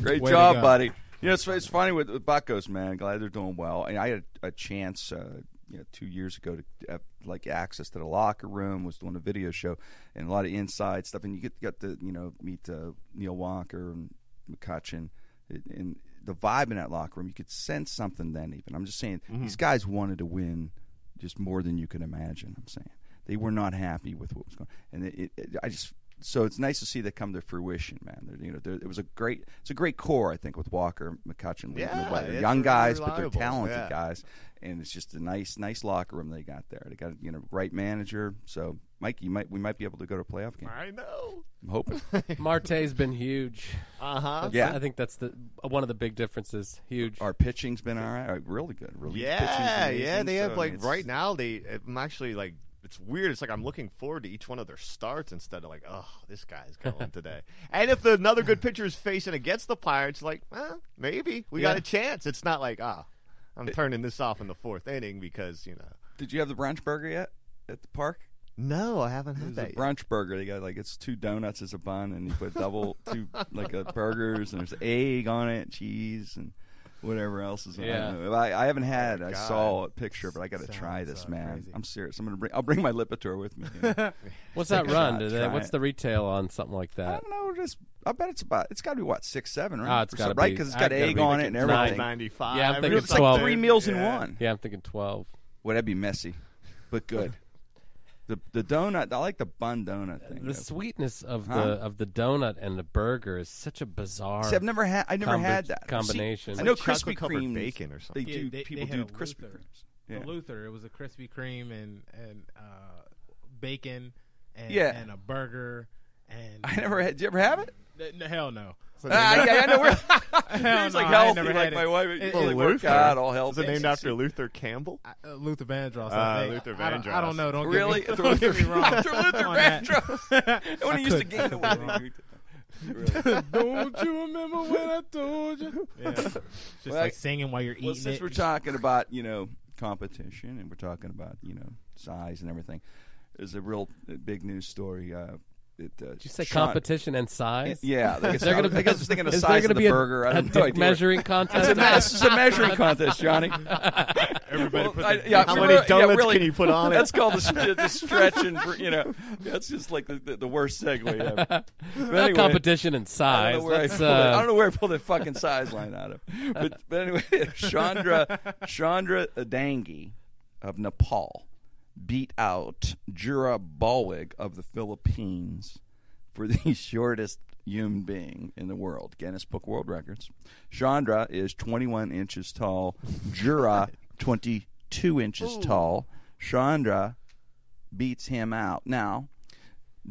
A: Great
D: Way to
A: job,
D: go.
A: buddy. You know, it's, it's funny with the Buckos, man. Glad they're doing well. And I had a chance, uh, you know, two years ago to have like access to the locker room. Was doing a video show and a lot of inside stuff. And you get got to you know meet uh, Neil Walker and McCutcheon and- and the vibe in that locker room. You could sense something then. Even I'm just saying,
D: Mm-hmm.
A: these guys wanted to win just more than you can imagine. I'm saying they were not happy with what was going, and it, it, I just so it's nice to see that come to fruition, man. They're, you know, they're, it was a great it's a great core I think with Walker, McCutcheon, leading
C: Yeah,
A: the way. They're
C: it's
A: young
C: really
A: guys, but they're
C: reliable,
A: talented
C: yeah.
A: guys, and it's just a nice nice locker room they got there. They got you know right manager, so. Mike, you might we might be able to go to a playoff game.
C: I know.
A: I'm hoping.
E: Marte's been huge.
C: Uh huh.
A: Yeah.
E: I think that's the one of the big differences. Huge.
A: Our pitching's been all right, really good. Relief
C: Yeah,
A: pitching's
C: yeah.
A: amazing,
C: They
A: so,
C: have
A: I
C: like
A: mean, it's-
C: right now. They I'm actually like it's weird. It's like I'm looking forward to each one of their starts instead of like, oh, this guy's going today. And if another good pitcher is facing against the Pirates, like, well, maybe we got a chance. It's not like ah, I'm turning this off in the fourth inning because you know.
A: Did you have the brunch burger yet at the park?
C: No, I haven't had
A: There's
C: that.
A: a
C: yet.
A: brunch burger. They got like it's two donuts as a bun, and you put double two like uh, burgers, and there's egg on it, cheese, and whatever else is. I,
E: Yeah. Oh,
A: don't know. I, I haven't had. I saw a picture, but I got to
E: uh,
A: try this, man. I'm serious. I'm gonna bring. I'll bring my Lipitor with me. you know.
E: What's that
A: a
E: run?
A: shot,
E: Do they-
A: try
E: what's
A: it. Um,
E: the retail on something like
A: I
E: that?
A: don't know. Just I bet it's about. It's got to be what six, seven, right?
E: Ah, it's
A: Or
E: gotta
A: something, right
E: be-
A: because it's
E: I
A: got
E: gotta
A: egg
E: be
A: on it
E: thinking
A: and
E: nine,
A: everything.
C: ninety five.
E: Yeah, I'm thinking
A: It's like
E: 12.
A: three meals in one.
E: Yeah, I'm thinking twelve.
A: Well, that'd be messy, but good. the the donut. I like the bun donut thing.
E: The
A: though.
E: sweetness of the of the donut and the burger is such a bizarre.
A: See, I've never had. I never
E: Combi-
A: had that See,
E: combination. It's
A: I know
C: like
A: Krispy
C: chocolate covered
A: Kreme
C: bacon or something.
A: They
D: Yeah,
A: do.
D: they- they
A: people
D: had
A: do
D: a
A: Krispy
D: Luther.
A: Kremes.
D: The
A: Yeah.
D: Luther. It was a Krispy Kreme and and uh, bacon and,
A: Yeah.
D: and a burger and
A: I never had. Did you ever have it?
D: N- n- hell no.
A: Ah, yeah, I know. Where,
D: Hell
A: he's
D: no, I
A: like
D: ain't
A: healthy,
D: never
A: like
D: had
A: my
D: it.
A: wife. oh,
D: It-
A: He's
D: it-
A: like,
C: Luther.
A: God, all health.
C: Is it named after Luther Campbell?
D: Uh, Luther Vandross.
C: Ah,
D: I think.
C: Luther
D: I don't, I
C: Vandross.
D: don't know. Don't
A: Really?
D: Get me, don't get me wrong.
A: Dr. Luther
D: on that.
A: Vandross. when he used to
D: couldn't.
A: gain away.
D: don't you remember when I told you? Yeah. It's just
A: Well,
D: like singing while you're eating
A: Well, since
D: it.
A: we're talking about you know competition and we're talking about you know size and everything, there's a real uh, big news story. Uh, it, uh,
E: Did you say
A: Sean-
E: competition and size?
A: Yeah, like it's,
E: They're
A: I,
E: gonna
A: was, I
E: be-
A: guess I was thinking of
E: is there
A: size
E: gonna
A: of the
E: be a-
A: burger. I
E: a
A: have no
E: dick
A: idea.
E: measuring
A: It's a,
E: contest.
A: me- this is a measuring contest, Johnny.
C: Everybody
A: Well, I- yeah,
C: How
A: for
C: many
A: real- yeah,
C: donuts
A: really,
C: can you put on it?
A: That's called the, st- the stretch and br- you know that's just like the, the, the worst segue ever. But
E: Not
A: anyway,
E: competition and
A: I
E: size.
A: don't, know where I,
E: Let's,
A: pulled that- I
E: uh,
A: don't know where I pulled that fucking size line out of. But but anyway, Chandra Chandra Adangi of Nepal beat out Jura Balwig of the Philippines for the shortest human being in the world, Guinness Book World Records. Chandra is 21 inches tall. Jura 22 inches tall. Chandra beats him out. Now,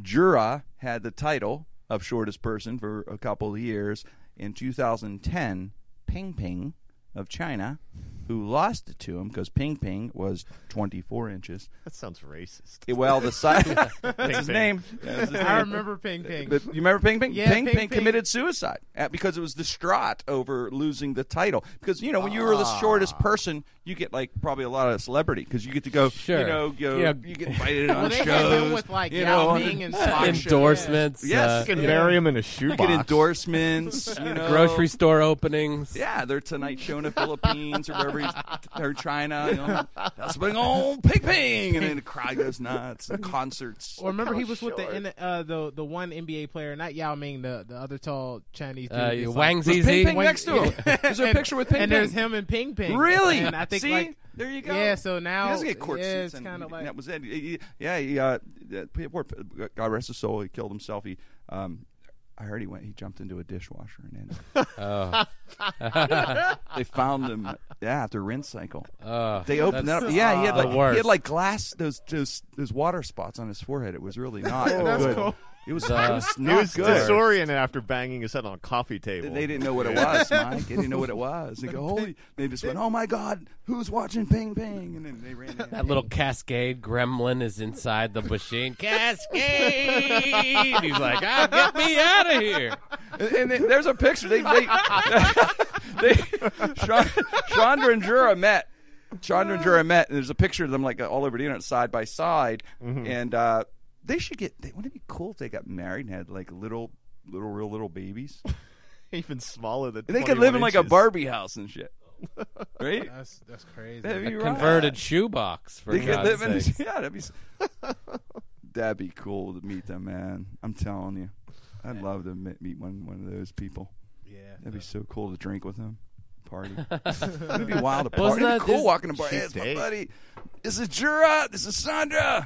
A: Jura had the title of shortest person for a couple of years. In 2010, Ping Ping of China, who lost it to him because Ping Ping was 24 inches.
C: That sounds racist.
A: Well, the size. that's his
C: Ping.
A: name. That's his
D: I
A: name.
D: remember Ping Ping.
A: But you remember Ping Ping?
D: Yeah,
A: Ping, Ping
D: Ping Ping.
A: committed suicide uh, because it was distraught over losing the title. Because you know, when you were
D: Ah.
A: the shortest person, you get like probably a lot of celebrity because you get to go. You
E: Sure.
A: know, go,
E: Yeah.
A: you get invited on
D: well, they had
A: shows.
D: them with like
A: you
D: Yao
A: know, on
D: Ming
A: the-
D: and Spock.
E: endorsements.
A: Yes,
E: uh,
A: you
C: can bury him in a
A: you
C: shoebox.
A: get endorsements. you know.
E: grocery store openings.
A: Yeah, they're tonight showing in the Philippines or wherever he's, or China. You know, that's bring on Ping Ping, and then the crowd goes nuts. And concerts.
D: Or remember he was with
A: short.
D: the N- uh, the the one NBA player, not Yao Ming, the, the other tall Chinese dude.
E: Uh,
D: that's like-
E: Wang
A: Was Ping
E: Zizi.
A: Ping next to him? There's a
D: And-
A: picture with Ping
D: and
A: Ping.
D: there's him and Ping Ping.
A: Really?
D: And I think
A: See?
D: like
A: there you go.
D: Yeah, so now
A: he doesn't get court
D: yeah,
A: suits,
D: it's
A: and
D: kind of
A: he-
D: like
A: that was it. He- he- yeah, he, uh, that poor- God rest his soul. He killed himself. He, um, I heard he went. He jumped into a dishwasher and ended. Oh.
E: Oh.
A: they found him. Yeah, after rinse cycle.
E: Uh,
A: They opened
E: that's
A: up. Yeah, he had
E: the
A: like he
E: worst.
A: had like glass those those those water spots on his forehead. It was really not good. It was, it was
C: He
A: not
C: was
A: good.
C: disoriented after banging his head on a coffee table.
A: They didn't know what it was, Mike. They didn't know what it was. They go, holy! They just went, oh my god, who's watching Ping Ping? And then they ran. in.
E: That little cascade gremlin is inside the machine. Cascade! He's like, ah, get me out of here.
A: And then there's a picture. They, they, they Chandra, Chandra and Jura met. Chandra and Jura met, and there's a picture of them like all over the internet, side by side. And uh, they should get. They, wouldn't it be cool if they got married and had like little, little, real little babies?
C: Even smaller than.
A: And they could live
C: 21
A: in like a
C: inches.
A: Barbie house and shit, right?
D: that's that's crazy.
A: That'd be right.
E: Converted shoebox for
A: They could live
E: God's
A: in.
E: sakes.
A: Yeah, that'd be. s- That'd be cool to meet them, man. I'm telling you, I'd love to meet meet one one of those people.
D: yeah.
A: That'd be so cool to drink with him, party. It'd be wild to party.
E: Wasn't
A: It'd
E: that
A: be cool
E: this-
A: walking to bar. Hey,
C: She's
A: it's my
C: dead.
A: buddy. This is Jura. This is Sandra.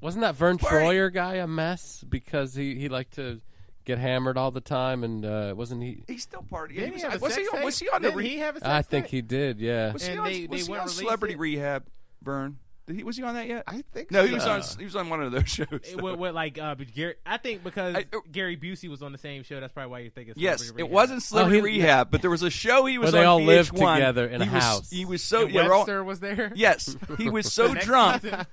E: Wasn't that Vern
A: Barry.
E: Troyer guy a mess because he, he liked to get hammered all the time and uh, wasn't he?
A: He's still partying.
D: Didn't
A: was,
D: he have a
A: was,
D: sex
A: he,
D: tape?
A: was he on the?
D: Didn't
A: Re-
D: he have a sex
E: I think
D: tape?
E: he did, yeah.
A: was he
D: And
A: on,
D: they-
A: was
D: they
A: he
D: wouldn't
A: on
D: release
A: Celebrity
D: it?
A: Rehab? Vern, did he was he on that yet?
C: I think
A: no.
C: so.
A: He was on. He was on one of those shows.
D: It,
A: though.
D: what, what, like uh, but Gary, I think because
A: I- uh,
D: Gary Busey was on the same show. That's probably why you think it's
A: Yes,
D: Celebrity
A: it
D: Rehab.
A: wasn't Celebrity
E: Oh, he-
A: Rehab, but there was a show he was
E: Where they
A: on
E: all lived
A: VH1.
E: together in a
A: he was,
E: house.
A: He was so
D: And
A: yeah, we're all-
D: Webster was there.
A: yes, he was so
D: Next
A: drunk.
D: season.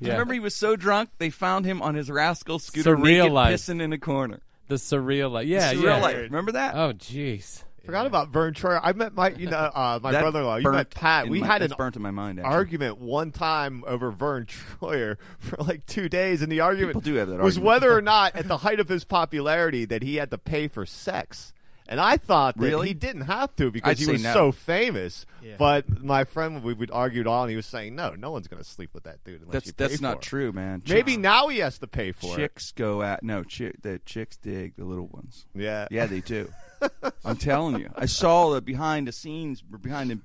E: yeah.
A: Remember, he was so drunk they found him on his rascal scooter,
E: Surreal
A: naked,
E: life.
A: pissing in a corner.
E: the surreal life. Yeah,
A: Surreal
E: yeah.
A: life. Remember that?
E: Oh, jeez.
C: Forgot about Vern Troyer. I met my, you know, uh, my
A: That
C: brother-in-law. You
A: burnt
C: met Pat.
A: in
C: We
A: my-
C: had
A: that's
C: an
A: burnt in my mind. Actually.
C: argument one time over Vern Troyer for like two days, and the argument
A: People do have that
C: was
A: argument.
C: whether or not, at the height of his popularity, that he had to pay for sex. And I thought that
A: Really?
C: he didn't have to because
A: I'd
C: he
A: say
C: was
A: no.
C: so famous.
D: Yeah.
C: But my friend, we would argued on. He was saying, "No, no one's going to sleep with that dude unless
A: That's
C: you pay
A: that's
C: for
A: not
C: it."
A: true, man.
C: Maybe
A: Chicks-
C: now he has to pay for it.
A: chicks go out. No, chick, the chicks dig the little ones.
C: Yeah,
A: Yeah, they do. I'm telling you. I saw the behind the scenes, or behind the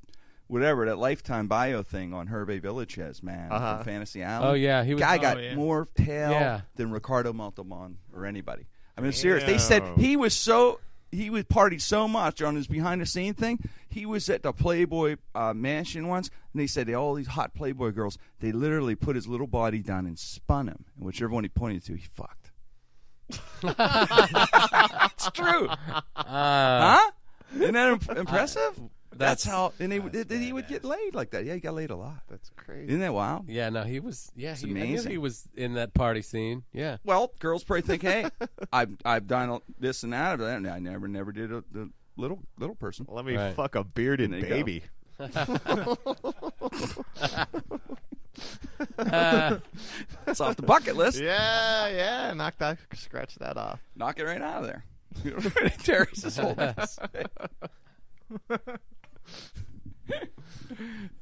A: whatever that Lifetime bio thing on Herve Villachez, man,
C: Uh-huh.
A: from Fantasy Island.
E: Oh yeah, he was.
A: guy
D: oh,
A: got
D: yeah.
A: more tail
E: Yeah.
A: than Ricardo Montalban or anybody. I mean, I'm serious. They said he was so he was partied so much on his behind the scene thing. He was at the Playboy uh, mansion once, and they said they, all these hot Playboy girls. They literally put his little body down and spun him, and whichever one he pointed to, he fucked. it's true,
E: Uh,
A: huh? Isn't that imp- impressive? that's,
E: that's-
A: how, and they, they- he would get laid like that. Yeah, he got laid a lot.
C: that's crazy.
A: Isn't that wild?
E: Yeah, no, he was. Yeah, he, I knew
A: amazing.
E: he was in that party scene. Yeah,
A: Well, girls probably think, "Hey, I've I've done all this and that, and I never never did a, the little little person."
C: Let me
E: Right.
C: fuck a bearded
A: There you go.
C: baby.
E: Uh,
A: That's off the bucket list.
C: Yeah, yeah. Knock that, scratch that off.
A: Knock it right out of there. Terry's this whole mess.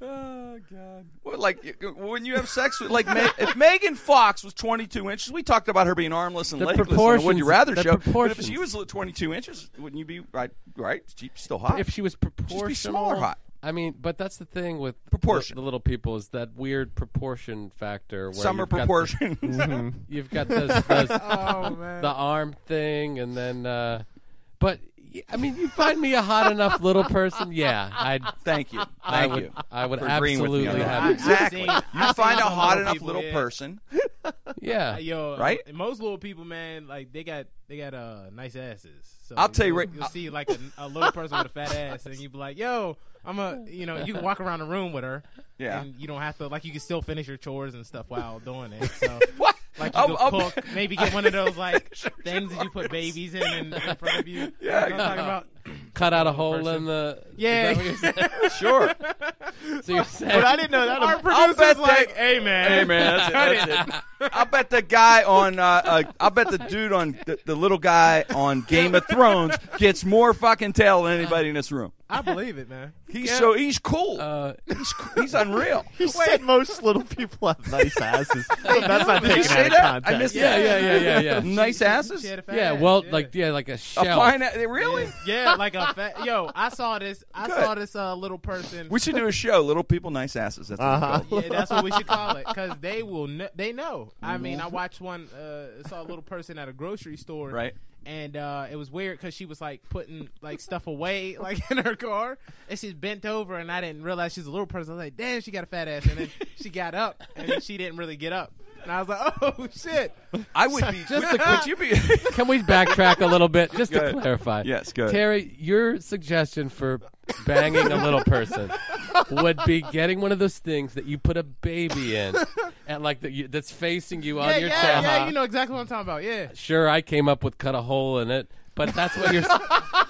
A: oh God! Well, like you- when you have sex with like Ma- if Megan Fox was 22 inches, we talked about her being armless and
E: The
A: legless on a Would
E: proportions-
A: You Rather
E: the
A: show. But if
E: proportions.
A: she was 22 inches, wouldn't you be right? Right? She's still hot.
E: if she was proportional,
A: smaller hot.
E: I mean, but that's the thing with
A: Proportion.
E: The, the little people is that weird proportion factor. Where
A: Summer
E: you've got the- Mm-hmm.
A: proportions.
E: you've got those, those
D: Oh man.
E: the arm thing, and then. Uh, but y- I mean, you find me a hot enough little person, yeah, I'd.
A: Thank you. Thank
E: I would,
A: you.
E: I would
A: for agreeing with me
E: absolutely
A: on that.
E: have.
A: Exactly.
D: I've seen-
A: You
D: I've
A: find a
D: seen some
A: hot
D: little
A: enough
D: people,
A: little
D: yeah.
A: person.
E: Yeah,
D: Yo,
A: Right?
D: uh, most little people, man, like they got they got uh nice asses. So
A: I'll tell you
D: you'll-
A: right-
D: you'll see like a, a little person with a fat ass, and you be like, "Yo, I'm a," you know, you can walk around the room with her,
A: Yeah.
D: and you don't have to like you can still finish your chores and stuff while doing it. So
A: What?
D: like you
A: I'll-
D: can
A: I'll-
D: cook, maybe get one of those like things that you put babies in in, in front of you.
A: Yeah,
D: You know what I'm talking about.
E: cut out a hole in
D: person.
E: the. is
D: Yeah.
E: that what you're saying?
A: Sure.
E: so you're saying,
C: But I didn't know that.
D: Our
A: I'll bet
D: producer's like,
A: they-
D: "Hey man,
A: Hey man, that's it, that's it. I bet the guy on, uh, uh, I bet the dude on the, the little guy on Game of Thrones gets more fucking tail than anybody in this room.
D: I believe it, man."
A: He's so he's cool.
E: uh,
A: he's cool. he's unreal.
C: You said most little people have nice asses. So that's not
A: Did you
C: taken out
A: say
C: of
A: that? I
C: context.
A: missed
E: yeah,
A: that.
E: yeah, yeah, yeah, yeah.
A: Nice asses.
D: She had a fat
E: Yeah,
D: ass,
E: well,
D: yeah.
E: like yeah, like a shell.
A: A fine. a- Really?
D: Yeah, like a fat. Yo, I saw this. I
A: Good.
D: saw this uh, little person.
A: We should do a show. Little people, nice asses. That's what it's
C: Uh-huh.
A: called.
D: yeah, that's what we should call it because they will. Kn- they know. I mean, I watched one. Uh, saw a little person at a grocery store.
A: Mm-hmm. Right.
D: And uh, it was weird because she was like putting like stuff away like in her car, and she's bent over, and I didn't realize she's a little person. I was like, "Damn, she got a fat ass," and then she got up, and then she didn't really get up, and I was like, "Oh shit!"
A: I would be.
E: Just
A: would,
E: a-
A: would you be?
E: Can we backtrack a little bit just
A: Go
E: to
A: ahead.
E: clarify?
A: Yes, go ahead.
E: Terry, your suggestion for banging a little person would be getting one of those things that you put a baby in and like that you, that's facing you
D: Yeah,
E: on your
D: yeah,
E: chest.
D: yeah. You know exactly what I'm talking about. Yeah.
E: Sure, I came up with cut a hole in it, but that's what you're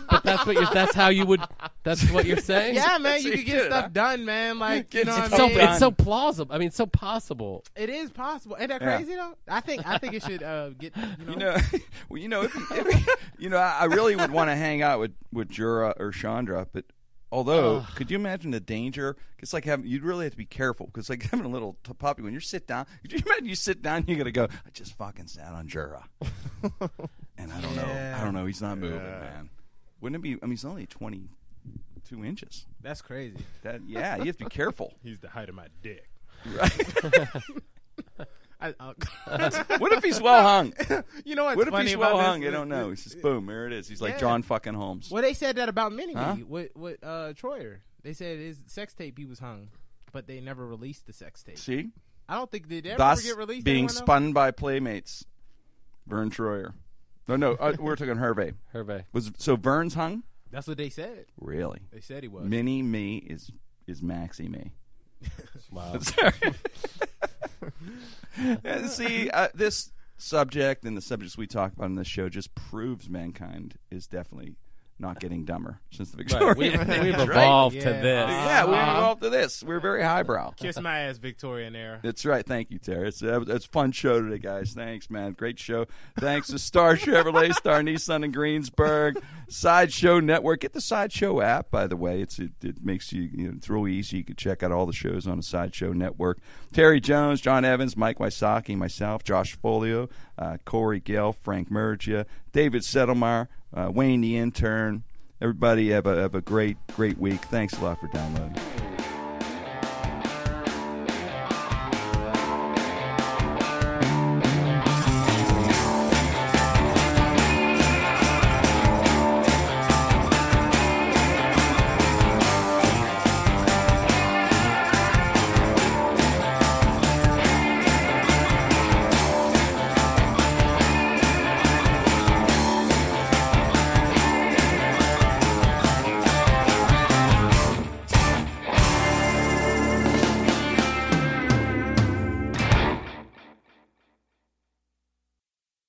E: but that's what you're that's how you would that's what you're saying?
D: Yeah, man,
A: That's
D: you
A: how you
D: could get
A: did it,
D: stuff
A: huh?
D: done, man. Like you
A: Get
D: know,
A: some
D: what
E: It's
D: I
E: so
D: mean?
A: done.
E: it's so plausible. I mean, so possible.
D: It is possible. Ain't that
A: Yeah.
D: crazy though? I think I think it should uh, get
A: You
D: you know.
A: know, well, you know, if, if, you know, I I really would want to hang out with with Jura or Chandra, but although, could you imagine the danger? It's like having you'd really have to be careful because like having a little t- puppy when you sit down. Could you imagine you sit down, you're gonna go, I just fucking sat on Jura, and I don't know, I don't know, he's not moving, man. Wouldn't it be? I mean, he's only twenty two inches.
D: That's crazy.
A: That yeah, you have to be careful.
D: He's the height of my dick.
A: Right?
D: I, uh,
A: what if he's well hung?
D: you know what's
A: What if
D: funny
A: he's
D: about
A: well
D: this?
A: hung? I don't know. He's just boom, there it is. He's like
D: Yeah.
A: John fucking Holmes.
D: Well, they said that about Mini
A: Huh?
D: Me with with uh, Troyer. They said his sex tape he was hung, but they never released the sex tape.
A: See,
D: I don't think did they ever
A: thus
D: get released.
A: being
D: Anyone know?
A: spun by playmates. Vern Troyer. No, no, uh, we're talking Hervé.
E: Hervey.
A: Was so Vern's hung?
D: That's what they said.
A: Really?
D: They said he was.
A: Mini me is is maxi me.
E: Wow.
A: And see, uh, this subject and the subjects we talk about in this show just proves mankind is definitely not getting dumber since the
E: Right.
A: Victorian. Uh-huh.
E: We, we've
A: days, right?
E: evolved to
D: Yeah.
E: this.
A: Yeah, we evolved to this. We're very highbrow.
D: Kiss my ass, Victorian era.
A: That's right. Thank you, Terry. It's, uh, it's a fun show today, guys. Thanks, man. Great show. Thanks to Star Chevrolet, Star Nissan in Greensburg, Sideshow Network. Get the Sideshow app, by the way. It's It, it makes you, you know, it's real easy. You can check out all the shows on the Sideshow Network. Terry Jones, John Evans, Mike Wysocki, myself, Josh Folio, uh, Corey Gale, Frank Mergia, David Settlemeyer, uh, Wayne the Intern. Everybody have a, have a great, great week. Thanks a lot for downloading.